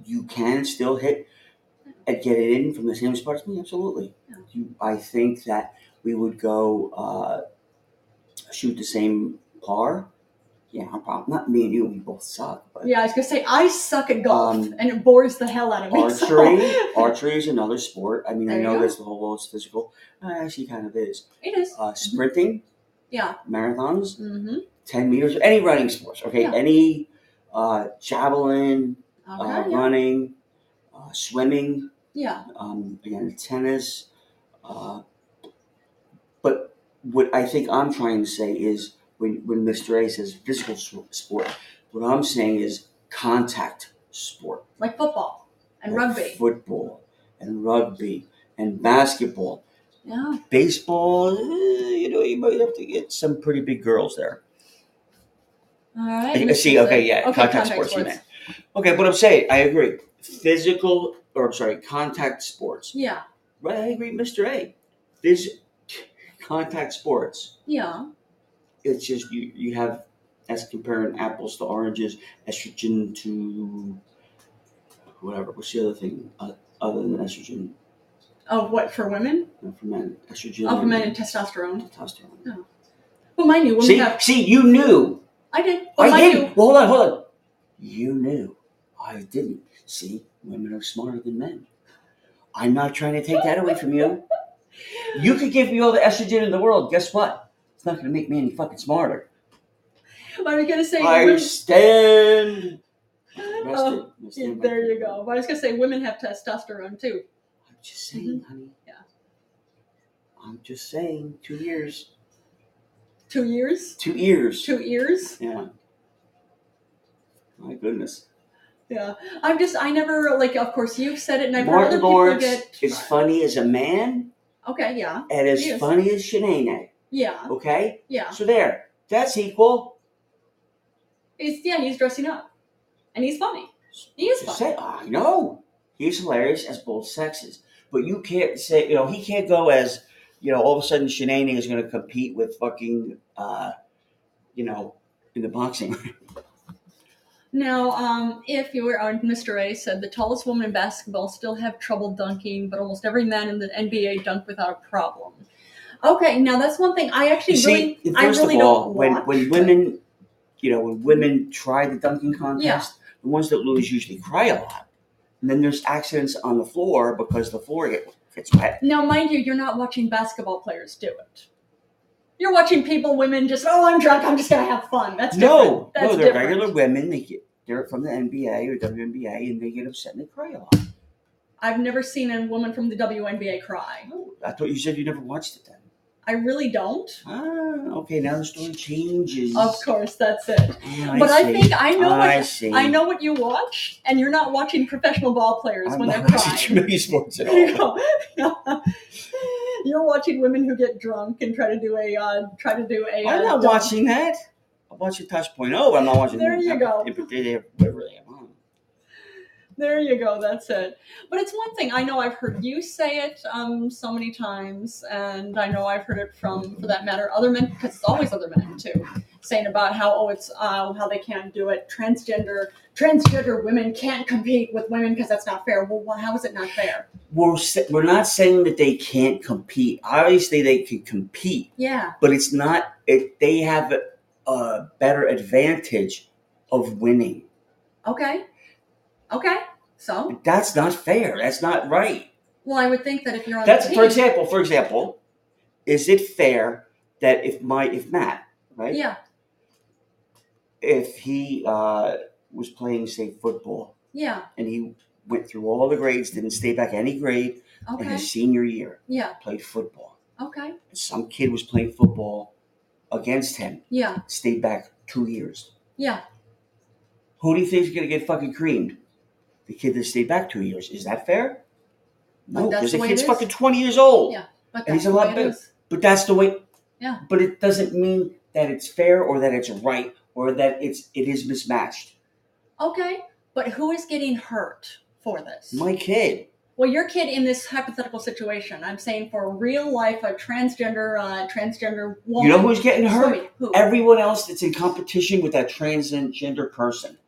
B: you can still hit and get it in from the same spot as me? Absolutely.
A: Yeah.
B: You, I think that we would go uh, shoot the same par. Yeah, no problem. Not me and you. We both suck, but
A: Yeah, I was gonna say I suck at golf
B: Um,
A: and it bores the hell <laughs> out of me. so-
B: archery. archery is another sport. I mean,
A: There
B: I
A: you
B: know
A: go.
B: that's the whole world's physical. Uh, actually, kind of is.
A: It is.
B: Uh, sprinting,
A: Yeah.
B: marathons,
A: Mm-hmm.
B: 10 meters, any running sports, okay?
A: Yeah.
B: Any uh, javelin,
A: Okay.
B: uh,
A: yeah.
B: running, uh, swimming,
A: yeah.
B: um, again, tennis. Uh, but what I think I'm trying to say is when, when Mr. A says physical s- sport, what I'm saying is contact sport.
A: Like football and
B: like
A: rugby.
B: Football and rugby and basketball.
A: Yeah.
B: Baseball, eh, you know, you might have to get some pretty big girls there.
A: All right.
B: I- I
A: Mr.
B: see, okay, yeah,
A: Okay,
B: contact
A: contact
B: sports, you
A: sports.
B: Okay, but I'm saying I agree. Physical, or I'm sorry, contact sports.
A: Yeah.
B: Right, I agree, Mr. A. Phys- contact sports.
A: Yeah.
B: It's just you, you have, as comparing apples to oranges, estrogen to whatever. What's the other thing uh, other than estrogen
A: Of what for women?
B: uh, for men? Estrogen.
A: Of Oh, men and
B: and
A: testosterone.
B: testosterone.
A: But mind you, women
B: See,
A: have.
B: see, you knew.
A: I did. But
B: I
A: mind
B: didn't.
A: you,
B: Well, hold on, hold on. You knew. I didn't. See, women are smarter than men. I'm not trying to take that away from you. You could give me all the estrogen in the world. Guess what? It's not going to make me any fucking smarter.
A: I was gonna say.
B: I
A: women-
B: stand. Rested.
A: Oh,
B: I
A: yeah,
B: stand by
A: there
B: that.
A: you go. But I was gonna say women have testosterone too.
B: I'm just saying, honey.
A: Mm-hmm. Yeah.
B: I'm just saying. Two years.
A: Two years.
B: Two years.
A: Two years.
B: Yeah. My goodness.
A: Yeah. I'm just. I never like. Of course, you've said it, and I've heard
B: Martin
A: other
B: Lawrence
A: people get.
B: is funny as a man.
A: Okay. Yeah.
B: and as
A: He is.
B: funny as Shanae.
A: Yeah.
B: Okay,
A: Yeah.
B: so there, that's equal.
A: It's yeah. He's dressing up, and he's funny. He is
B: Just
A: funny.
B: say, I know he's hilarious as both sexes, but you can't say you know he can't go as you know all of a sudden Shanae is going to compete with fucking uh, you know in the boxing.
A: Now, um, if you were on Mr. A said the tallest woman in basketball still have trouble dunking, but almost every man in the NBA dunk without a problem. Okay, now that's one thing I actually
B: You
A: really,
B: see,
A: I
B: first
A: really
B: of all,
A: don't
B: when
A: watch.
B: when women you know when women try the dunking contest, the ones that lose usually cry a lot, and then there's accidents on the floor because the floor get- gets wet.
A: Now, mind you, you're not watching basketball players do it. You're watching people, women, just oh, I'm drunk, I'm just gonna have fun. That's
B: No,
A: different. That's
B: no, they're
A: different.
B: regular women. They get they're from the NBA or WNBA, and they get upset and they cry a lot.
A: I've never seen a woman from the WNBA cry.
B: Oh, I thought you said you never watched it then.
A: I really don't.
B: Ah, okay, now the story changes.
A: Of course, that's it.
B: Ah,
A: but I
B: see.
A: think I know what
B: I see.
A: I know what you watch, and you're not watching professional ball players
B: I'm
A: when they're
B: not watching too
A: crying. <laughs>
B: many sports at <laughs>
A: You
B: all.
A: know? <laughs> you're watching women who get drunk and try to do a uh, try to do a.
B: I'm
A: uh,
B: not
A: dunk.
B: watching that. I'm watching Touch Point Oh, I'm not watching.
A: There you go.
B: If they have whatever they have on.
A: There you go. That's it. But it's one thing I know I've heard you say it um, so many times, and I know I've heard it from, for that matter, other men because it's always other men too, saying about how oh it's uh, how they can't do it. Transgender transgender women can't compete with women because that's not fair. Well, wh- how is it not fair?
B: We're sa- we're not saying that they can't compete. Obviously, they can compete.
A: Yeah.
B: but it's not it they have a, a better advantage of winning
A: Okay. Okay. So,
B: that's not fair that's not right
A: well, I would think that if you're on
B: that's
A: the
B: for
A: team,
B: example for example is it fair that if my if matt right
A: yeah,
B: if he uh, was playing say football
A: yeah,
B: and he went through all the grades didn't stay back any grade in
A: Okay.
B: his senior year,
A: Yeah.
B: played football.
A: Okay.
B: Some kid was playing football against him,
A: Yeah.
B: stayed back two years.
A: Yeah.
B: Who do you think is going to get fucking creamed? The kid that stayed back two years. Is that fair? No,
A: But that's
B: because
A: the
B: the
A: way it
B: kid's
A: is.
B: fucking 20 years old.
A: Yeah. But
B: And
A: that's
B: he's a
A: the
B: lot
A: way it
B: better.
A: is.
B: But that's the way.
A: Yeah.
B: But it doesn't mean that it's fair or that it's right or that it's it is mismatched.
A: Okay. But who is getting hurt for this?
B: My kid.
A: Well, your kid in this hypothetical situation, I'm saying for real life, a transgender, uh, transgender woman.
B: You know who's getting hurt?
A: Sorry, who?
B: Everyone else that's in competition with that transgender person.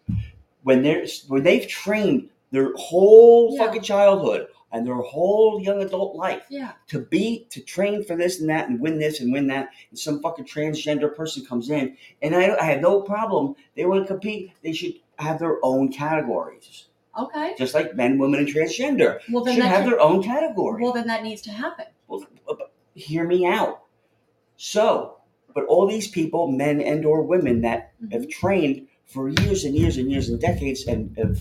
B: When they're when they've trained their whole
A: Yeah.
B: fucking childhood and their whole young adult life
A: yeah.
B: to be to train for this and that and win this and win that and some fucking transgender person comes in and I, I have no problem they want to compete they should have their own categories
A: Okay.
B: just like men women and transgender
A: Well, then
B: should
A: that
B: have
A: should-
B: their own category
A: well, then that needs to happen.
B: well, but hear me out. So, but all these people, men and or women, that have trained for years and years and years and decades and have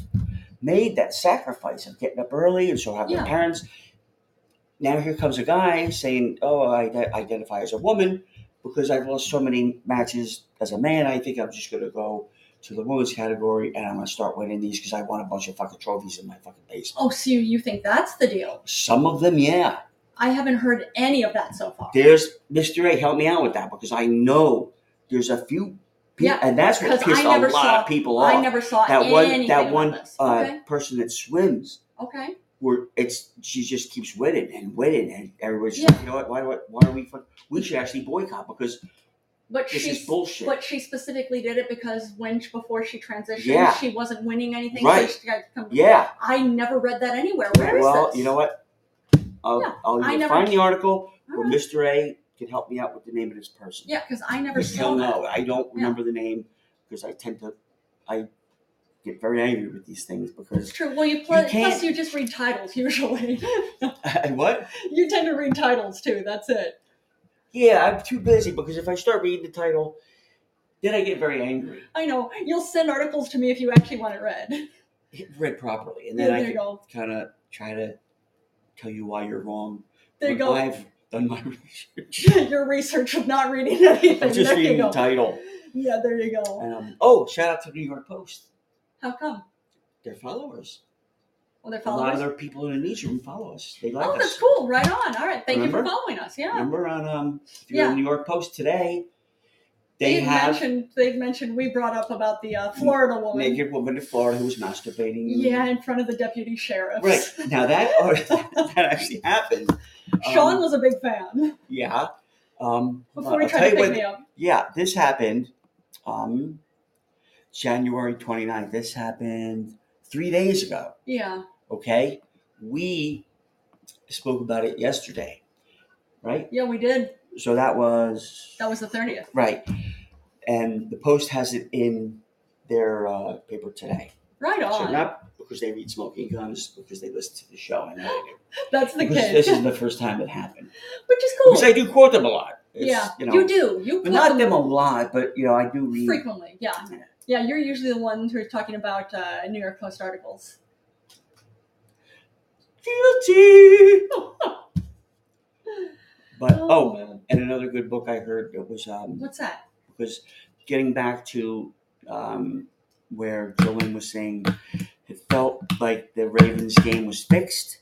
B: made that sacrifice of getting up early and so have
A: Yeah.
B: their parents. Now here comes a guy saying, "Oh, I ide- identify as a woman because I've lost so many matches as a man. I think I'm just going to go to the women's category and I'm going to start winning these because I want a bunch of fucking trophies in my fucking basement."
A: Oh, so you, you think that's the deal?
B: Some of them, yeah.
A: I haven't heard any of that so far.
B: there's Mr. A help me out with that because I know there's a few people,
A: Yeah,
B: and that's what
A: 'cause
B: pissed
A: I never
B: a lot
A: saw-
B: of people off.
A: I never saw
B: that one,
A: anything
B: that
A: about
B: one
A: this.
B: uh,
A: okay.
B: person that swims,
A: Okay.
B: where it's she just keeps winning and winning, and everybody's
A: Yeah.
B: like, you know what? Why do I, why are we? Fun? We should actually boycott because
A: But
B: this
A: she's
B: is bullshit.
A: But she specifically did it because when she, before she transitioned,
B: Yeah.
A: she wasn't winning anything.
B: Right.
A: So she got to come
B: yeah.
A: I never read that anywhere. Where is
B: well,
A: this?
B: you know what? I'll,
A: Yeah,
B: I'll
A: I
B: either
A: never-
B: find the article
A: All
B: where
A: right.
B: Mr. A can help me out with the name of this person.
A: Yeah, because I never
B: I
A: saw
B: don't
A: that.
B: know. I don't
A: Yeah.
B: remember the name because I tend to, I get very angry with these things
A: It's
B: because <laughs>
A: true. Well, you, pl- plus
B: can't-
A: you just read titles usually. <laughs>
B: what?
A: you tend to read titles too. That's it.
B: Yeah, I'm too busy because if I start reading the title, then I get very angry.
A: I know. You'll send articles to me if you actually want it read.
B: Read properly, and
A: <laughs> Yeah,
B: then
A: there
B: I
A: you
B: can
A: go.
B: kind of try to tell you why you're wrong.
A: There you
B: when
A: go.
B: I've done my <laughs> research.
A: <laughs> Your research of not reading <laughs> anything.
B: I'm just
A: there
B: reading
A: you go.
B: the title.
A: Yeah, there you go.
B: And um, oh, shout out to the New York Post.
A: How come?
B: They're followers.
A: Well, they're
B: A lot of
A: followers.
B: their people in the newsroom follow us. They like
A: Oh, that's
B: us.
A: cool. Right on. All right. Thank you
B: Remember?
A: for following us. Yeah.
B: Remember on um, if you're
A: Yeah.
B: in New York Post today, they
A: have
B: have
A: mentioned. They've mentioned. We brought up about the uh, Florida woman.
B: naked woman in Florida who was masturbating.
A: Yeah, in front of the deputy sheriff.
B: Right now that <laughs> or, that actually happened. Um,
A: Sean was a big fan
B: Yeah. Um,
A: before he
B: I'll
A: tried to
B: tell you
A: pick
B: when-
A: me up.
B: yeah, this happened um, January 29th. This happened three days ago.
A: Yeah.
B: Okay. We spoke about it yesterday, right?
A: Yeah, we did.
B: So that was.
A: That was the thirtieth.
B: Right. And the Post has it in their uh, paper today.
A: Right
B: So
A: on.
B: not because they read smoking guns, because they listen to the show. I know they do.
A: That's the
B: Because
A: kid,
B: this is the first time it happened.
A: <laughs> which is cool.
B: Because I do quote them a lot. It's,
A: yeah,
B: You know,
A: do. You
B: but
A: quote
B: not
A: them
B: them a lot, but you know, I do read.
A: frequently. Yeah, yeah. You're usually the one who's talking about uh, New York Post articles. <laughs>
B: Guilty. But
A: Oh.
B: oh, and another good book I heard it was um
A: What's that?
B: was getting back to um where Dylan was saying it felt like the Ravens game was fixed.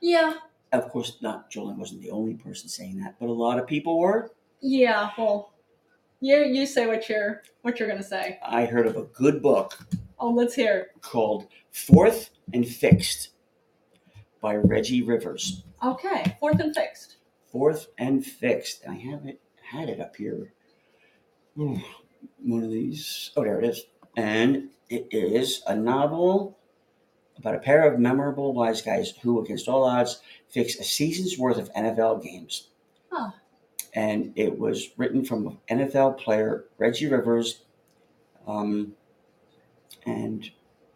A: Yeah,
B: Of course, not Jolene wasn't the only person saying that, but a lot of people were.
A: yeah. Well, you you say what you're what you're gonna say.
B: I heard of a good book
A: Oh, let's hear. it.
B: called Fourth and Fixed by Reggie Rivers.
A: Okay, fourth and fixed.
B: fourth and fixed. And I haven't had it up here. Ooh, One of these. Oh, there it is. And it is a novel about a pair of memorable wise guys who, against all odds, fix a season's worth of NFL games.
A: Huh.
B: And it was written from NFL player Reggie Rivers. Um, and,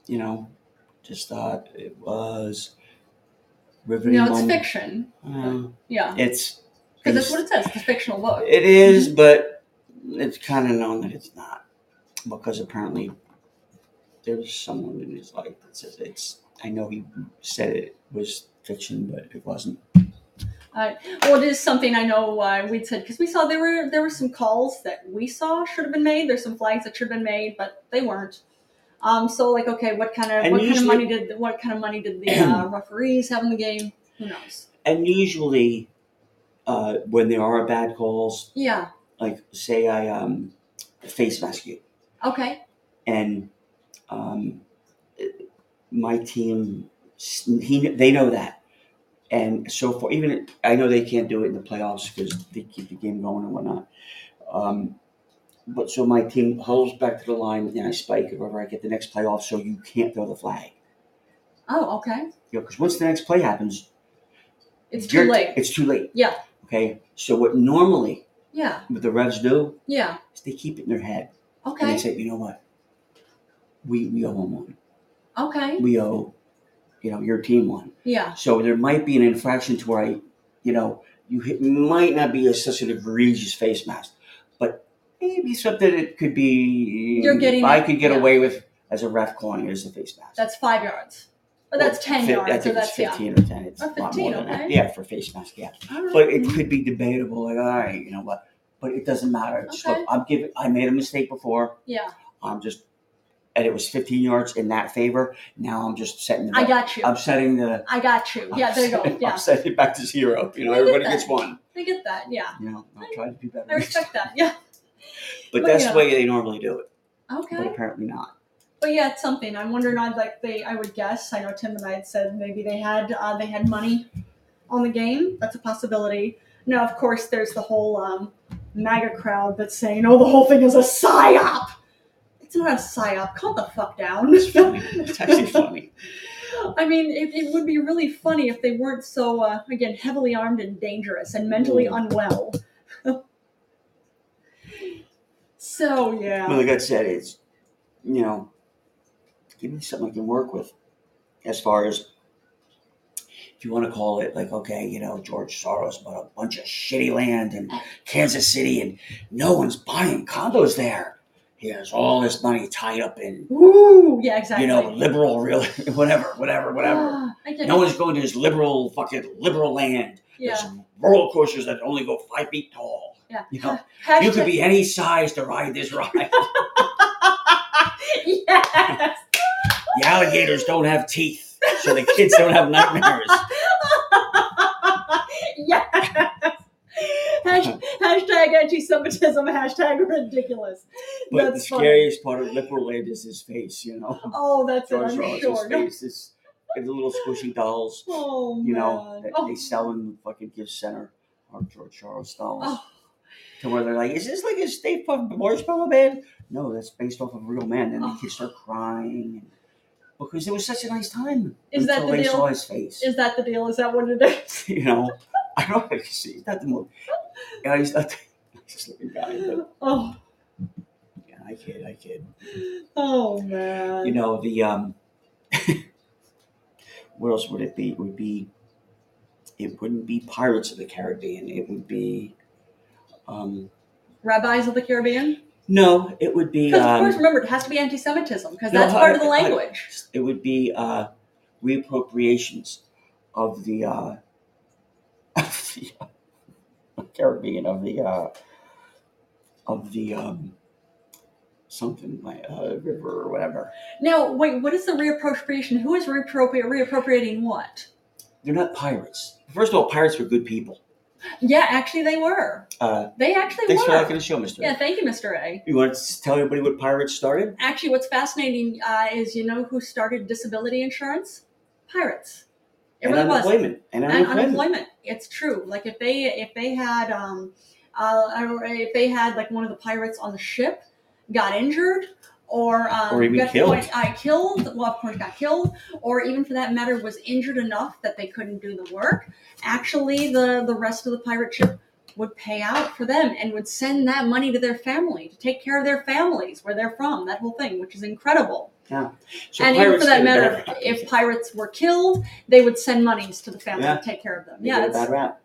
B: you know, just thought it was riveting.
A: No, it's
B: moment.
A: fiction.
B: Uh,
A: Yeah,
B: it's
A: because that's what Mm-hmm. it says. It's a fictional book.
B: it is, but it's kind of known that it's not because apparently there was someone in his life that says it's. I know he said it was fiction, but it wasn't.
A: Uh, well, it is something I know uh, we'd said because we saw there were there were some calls that we saw should have been made. There's some flags that should have been made, but they weren't. Um, so like, okay, what kind of
B: And
A: what kind of
B: usually-
A: money did what kind of money did the
B: <clears throat>
A: uh, referees have in the game? Who knows?
B: And usually, uh, when there are bad calls,
A: Yeah.
B: like say I um, face mask you,
A: Okay.
B: and um, my team, he they know that, and so far even I know they can't do it in the playoffs because they keep the game going and whatnot. Um, but so my team holds back to the line, and I spike it wherever I get the next playoff, so you can't throw the flag.
A: Oh, okay.
B: You know, because once the next play happens,
A: It's too
B: you're-
A: late.
B: It's too late.
A: Yeah.
B: Okay. So what normally
A: Yeah.
B: what the refs do
A: Yeah.
B: is they keep it in their head and
A: Okay.
B: they say, you know what, we we owe them one.
A: Okay.
B: We owe, you know, your team one.
A: Yeah.
B: So there might be an infraction to where I, you know, you hit, might not be a such an egregious face mask, but maybe something that could be
A: You're getting-
B: I could get
A: yeah.
B: away with as a ref calling it as a face mask.
A: That's five yards. Or that's ten
B: Fi- I
A: yards. Or
B: think
A: that's
B: it's
A: yeah.
B: fifteen or ten. It's
A: Or
B: a lot more
A: 15,
B: than that.
A: okay.
B: Yeah, for face mask. Yeah,
A: All right.
B: but it could be debatable. Like, all right, you know what? But it doesn't matter. It's
A: Okay.
B: look, I'm giving. I made a mistake before.
A: yeah.
B: I'm just, and it was 15 yards in that favor. Now I'm just setting. The
A: I got you.
B: I'm setting the.
A: I got you. Yeah.
B: I'm
A: There you go.
B: setting-
A: Yeah.
B: Um, <laughs> I'm setting it back to zero. You know,
A: I get
B: everybody
A: that.
B: gets one.
A: I get that. Yeah.
B: You know, I'll try to do better.
A: I
B: next time.
A: respect that. Yeah.
B: But
A: but
B: that's
A: yeah.
B: the way they normally do it. But
A: Okay.
B: apparently not.
A: But yeah, it's something. I'm wondering. I'd like they. I would guess. I know Tim and I had said maybe they had uh, they had money on the game. That's a possibility. Now, of course, there's the whole um, MAGA crowd that's saying, "Oh, the whole thing is a psyop." It's not a psyop. Calm the fuck down. <laughs>
B: It's funny. It's actually funny.
A: I mean, it, it would be really funny if they weren't so, uh, again, heavily armed and dangerous and mentally unwell. <laughs> so,
B: But
A: yeah.
B: like I said, it's you know, give me something I can work with, as far as if you want to call it like okay, you know, George Soros bought a bunch of shitty land in Kansas City, and no one's buying condos there. He has all this money tied up in
A: Ooh, yeah,
B: you
A: exactly.
B: know liberal real <laughs> whatever, whatever,
A: <sighs>
B: whatever. <laughs>
A: Ah, <gasps> I get
B: No
A: it.
B: one's going to his liberal fucking liberal land.
A: Yeah.
B: There's roller coasters that only go five feet tall.
A: Yeah.
B: You
A: <laughs>
B: know,
A: Hashtag-
B: you could be any size to ride this ride.
A: yes. <laughs>
B: The alligators don't have teeth, so the kids don't have
A: <laughs>
B: nightmares. <laughs>
A: yes. Hash- hashtag anti-Semitism. Hashtag ridiculous.
B: But
A: That's
B: the
A: funny.
B: scariest part of liberal land is his face, you know.
A: Oh, <laughs> that's it.
B: George
A: I'm
B: Soros's
A: sure.
B: face is and the little squishy dolls,
A: <laughs> Oh,
B: you know,
A: man.
B: that
A: Oh.
B: they sell in the fucking gift center are George Soros dolls.
A: Oh.
B: To where they're like, is this like a Stay Puft Marshmallow Man? No, that's based off of a real man. And
A: Oh.
B: the kids start crying because it was such a nice time
A: Is that
B: until
A: the
B: they
A: deal?
B: saw his face.
A: Is that the deal? Is that what it
B: <laughs>
A: is? <laughs>
B: you know, I don't know. <laughs> He's he's not the most. Yeah, <laughs> he's not. The, he's looking guy, but
A: Oh,
B: yeah, I kid, I kid.
A: oh man.
B: You know the um. <laughs> what else would it be? It would be. It wouldn't be Pirates of the Caribbean. It would be. Um,
A: Rabbis of the Caribbean?
B: no, it would be.
A: Because of
B: Um,
A: course, remember, it has to be anti-Semitism because
B: No,
A: that's
B: I-
A: part of the
B: I-
A: language.
B: it would be uh, reappropriations of the, uh, <laughs> of the uh, Caribbean of the uh, of the um, something like uh, river or whatever.
A: now, wait, what is the reappropriation? Who is reappropri- reappropriating what?
B: They're not pirates. First of all, pirates were good people.
A: Yeah, actually, they were.
B: Uh,
A: They actually
B: thanks
A: were.
B: for liking the show, Mister.
A: yeah, thank you, Mr. A.
B: You want to tell everybody what pirates started?
A: Actually, what's fascinating uh, is you know who started disability insurance? Pirates. It
B: and
A: really was.
B: unemployment. And
A: and
B: unemployment.
A: unemployment. It's true. Like if they if they had um uh or if they had like one of the pirates on the ship got injured or um,
B: Or even
A: got to the
B: killed.
A: point- I killed. Well, of course, got killed, or even for that matter, was injured enough that they couldn't do the work. Actually, the the rest of the pirate ship would pay out for them and would send that money to their family to take care of their families where they're from. That whole thing, which is incredible
B: So
A: and even
B: pirates
A: for that
B: get a
A: matter,
B: bad-
A: if pirates were killed, they would send monies to the family
B: Yeah.
A: to take care of them.
B: they
A: yeah,
B: get a
A: it's,
B: bad rap.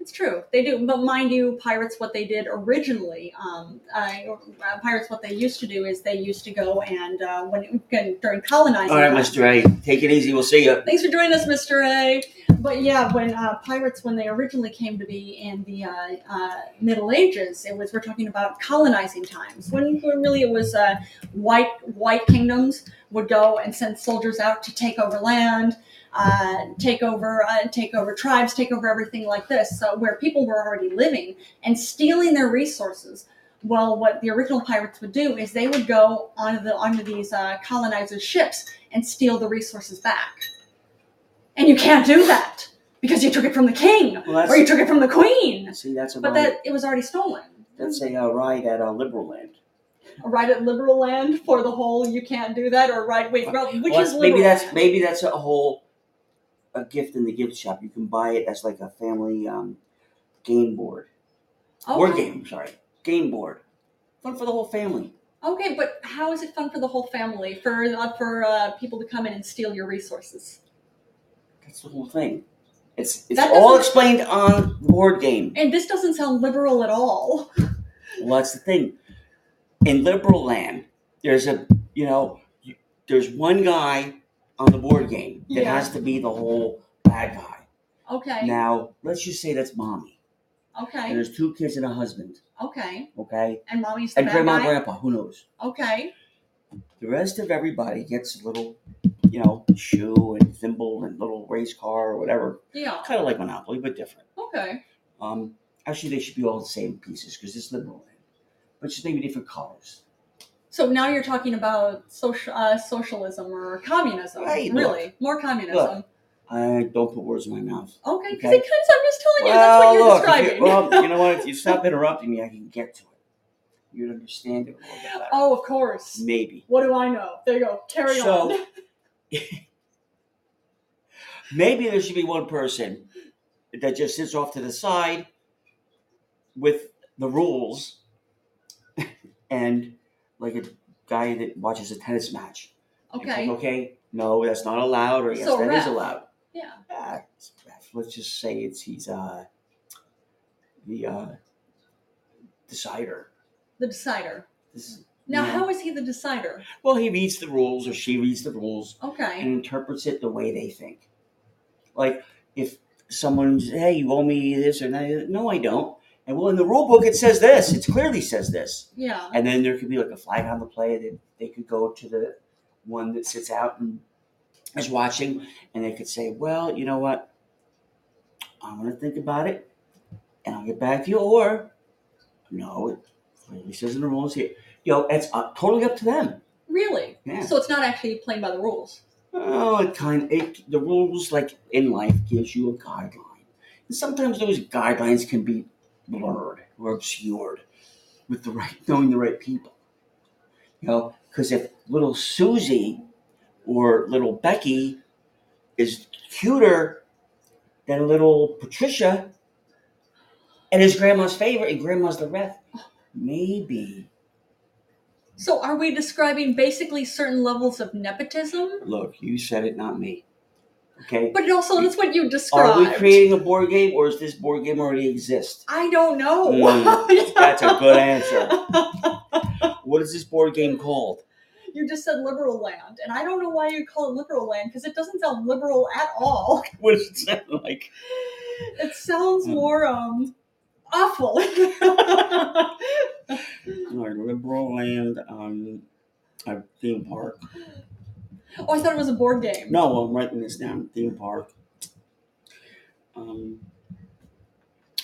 A: it's true. They do. But mind you, pirates, what they did originally, um, uh, uh, pirates, what they used to do is they used to go and uh, when during colonizing.
B: All right,
A: times-
B: Mister A, take it easy. We'll see you.
A: Thanks for joining us, Mr. A. But yeah, when uh, pirates, when they originally came to be in the uh, uh, Middle Ages, it was we're talking about colonizing times when, when really it was uh, white white kingdoms would go and send soldiers out to take over land, uh, take over uh, take over tribes, take over everything like this, so where people were already living and stealing their resources. Well, what the original pirates would do is they would go onto the onto these uh, colonizers' ships and steal the resources back. And you can't do that because you took it from the king
B: Well, that's-
A: or you took it from the queen.
B: See, that's a
A: But
B: riot.
A: that it was already stolen.
B: That's a uh, riot at uh, liberal land.
A: Right at liberal land for the whole you can't do that or right wait well, which
B: Well,
A: is liberal
B: maybe that's
A: land?
B: maybe that's a whole a gift in the gift shop. You can buy it as like a family um, game board. Board
A: Oh, okay.
B: game, sorry, game board. Fun for the whole family.
A: okay, but how is it fun for the whole family for uh, for uh, people to come in and steal your resources?
B: That's the whole thing. It's it's
A: That
B: all
A: doesn't-
B: explained on the board game.
A: And this doesn't sound liberal at all.
B: Well, that's the thing. In liberal land, there's a you know, you- there's one guy on the board game that
A: Yeah.
B: has to be the whole bad guy.
A: Okay.
B: Now, let's just say that's mommy. And
A: Okay.
B: there's two kids and a husband.
A: Okay.
B: Okay,
A: And mommy's the
B: and
A: bad
B: grandma,
A: guy.
B: and grandpa, who knows?
A: Okay.
B: The rest of everybody gets a little, you know, shoe and thimble and little race car or whatever.
A: Yeah.
B: Kind of like Monopoly, but different.
A: Okay.
B: Um, actually, they should be all the same pieces because it's liberal land, but just maybe different colors.
A: So now you're talking about social uh, socialism or communism,
B: Hey, look.
A: really? More communism.
B: I don't put words in my mouth.
A: Okay, because
B: Okay.
A: it comes. I'm just telling you. that's what you're
B: look, if
A: describing.
B: you, well, you know what? If you stop interrupting me, I can get to it. You'd understand it a little bit better.
A: <laughs> oh, of course.
B: Maybe.
A: What do I know? There you go. Carry
B: So-
A: on.
B: <laughs> Maybe there should be one person that just sits off to the side with the rules <laughs> and like a guy that watches a tennis match. It's like,
A: <laughs> Okay.
B: okay. No, that's not allowed, or yes,
A: So
B: that is
A: ref.
B: allowed.
A: Yeah.
B: Ah, it's a ref. let's just say it's he's uh the uh decider.
A: The decider.
B: This is,
A: Now,
B: Yeah.
A: how is he the decider?
B: well, he reads the rules or she reads the rules
A: Okay.
B: and interprets it the way they think. Like if someone says, "Hey, you owe me this," or that, "No, I don't." And well, in the rule book, it says this. It clearly says this.
A: Yeah.
B: And then there could be like a flag on the play. They, they could go to the one that sits out and is watching, and they could say, "Well, you know what? I'm going to think about it, and I'll get back to you." Or, "No, it clearly says in the rules here." You know, it's uh, totally up to them.
A: Really?
B: Yeah.
A: So it's not actually playing by the rules.
B: Oh, it kind it, the rules like in life gives you a guideline, and sometimes those guidelines can be blurred or obscured with the right knowing the right people. You know, because if little Susie or little Becky is cuter than little Patricia, and is grandma's favorite, and grandma's the ref, maybe
A: So are we describing basically certain levels of nepotism?
B: look, you said it, not me. Okay.
A: But also, that's what you described.
B: Are we creating a board game, or is this board game already exist?
A: I don't know. <laughs>
B: Mm, That's a good answer. What is this board game
A: <laughs>
B: called?
A: You just said liberal land, and I don't know why you call it liberal land because it doesn't sound liberal at all.
B: What does it sound like?
A: It sounds
B: Hmm.
A: more um awful. <laughs> Oh,
B: Like liberal land, um, a theme park.
A: oh, I thought it was a board game.
B: No, I'm writing this down. Theme park. Um,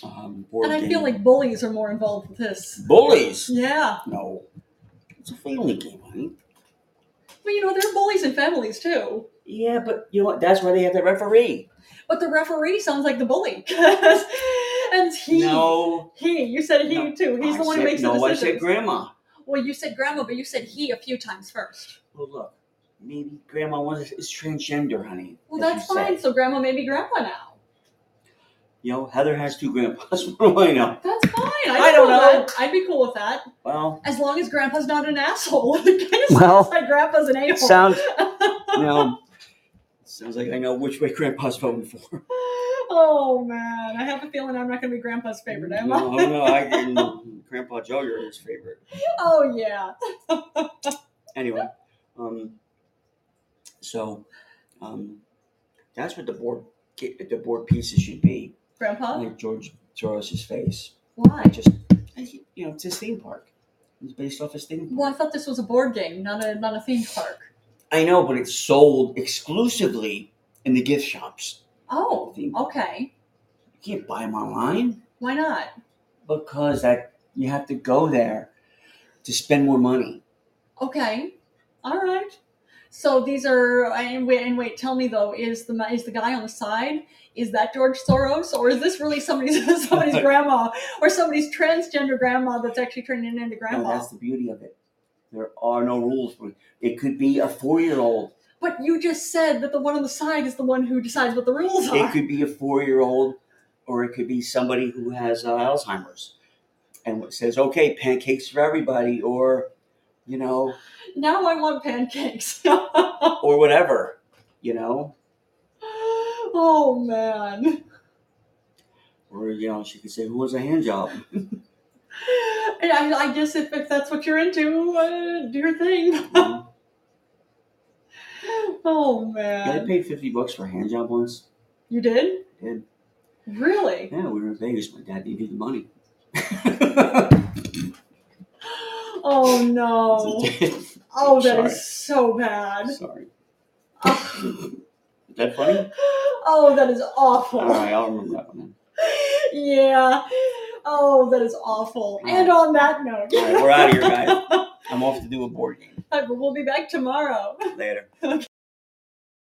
B: um board
A: and I
B: game.
A: feel like bullies are more involved with this.
B: bullies.
A: Yeah,
B: No, it's a family game, honey.
A: but you know there are bullies in families too.
B: Yeah, but you know what? That's why they have the referee.
A: But the referee sounds like the bully, <laughs> 'cause- and he,
B: no,
A: he. You said he
B: No,
A: too. He's
B: I
A: the one
B: said,
A: who makes
B: no,
A: the
B: I said
A: decisions.
B: grandma.
A: well, you said grandma, but you said he a few times first.
B: Well, look, maybe Grandma was is transgender, honey.
A: Well,
B: as
A: that's
B: you say.
A: fine. So grandma may be grandpa now.
B: You know, Heather has two grandpas. <laughs> what do I know?
A: That's fine. I'd
B: I
A: be
B: don't
A: cool
B: know.
A: With that. I'd be cool with that.
B: Well,
A: As long as grandpa's not an asshole. <laughs> it kind of
B: Well,
A: sounds like grandpa's an a-hole.
B: sounds- you know, <laughs> sounds like I know which way Grandpa's voting for.
A: oh, man. I have a feeling I'm not going to be grandpa's favorite, am I?
B: no, no,
A: <laughs>
B: I didn't. Grandpa Joe, you're his favorite.
A: Oh, yeah.
B: Anyway, um, so um, that's what the board get the board pieces should be
A: Grandpa?
B: like George Soros's face.
A: Why?
B: I just I- you know, it's his theme park. It's based off his theme.
A: Well, I thought this was a board game, not a not a theme park.
B: I know, but it's sold exclusively in the gift shops.
A: Oh,
B: Theme.
A: okay.
B: You can't buy them online
A: Why not?
B: because that you have to go there to spend more money.
A: Okay, all right. So these are and wait, and wait. Tell me though, is the ma- is the guy on the side? Is that George Soros, or is this really somebody's <laughs> somebody's grandma, or somebody's transgender grandma that's actually turning into
B: No,
A: grandma?
B: that's the beauty of it. There are no rules for it. It could be a four-year-old.
A: But you just said that the one on the side is the one who decides what the rules are.
B: It could be a four-year-old, or it could be somebody who has uh, Alzheimer's and says, "Okay, pancakes for everybody," or you know,
A: now I want pancakes. <laughs>
B: or whatever. You know,
A: oh man.
B: or you know, she could say, "Who wants a hand job?"
A: And I, I guess if, if that's what you're into, uh, do your thing.
B: Um,
A: Oh
B: yeah, I
A: man.
B: paid fifty bucks for a hand job once.
A: You did?
B: I did.
A: Really?
B: Yeah, we were in Vegas. My dad needed the money.
A: Oh no. Oh, that is so
B: <laughs>
A: bad.
B: Sorry.
A: Oh,
B: Is that funny?
A: oh, that is awful.
B: All right, I'll remember that one then.
A: Yeah. Oh, that is awful. And on that note, <laughs>
B: All right, we're out of here, guys. I'm off to do a board game
A: we'll be back tomorrow.
B: later.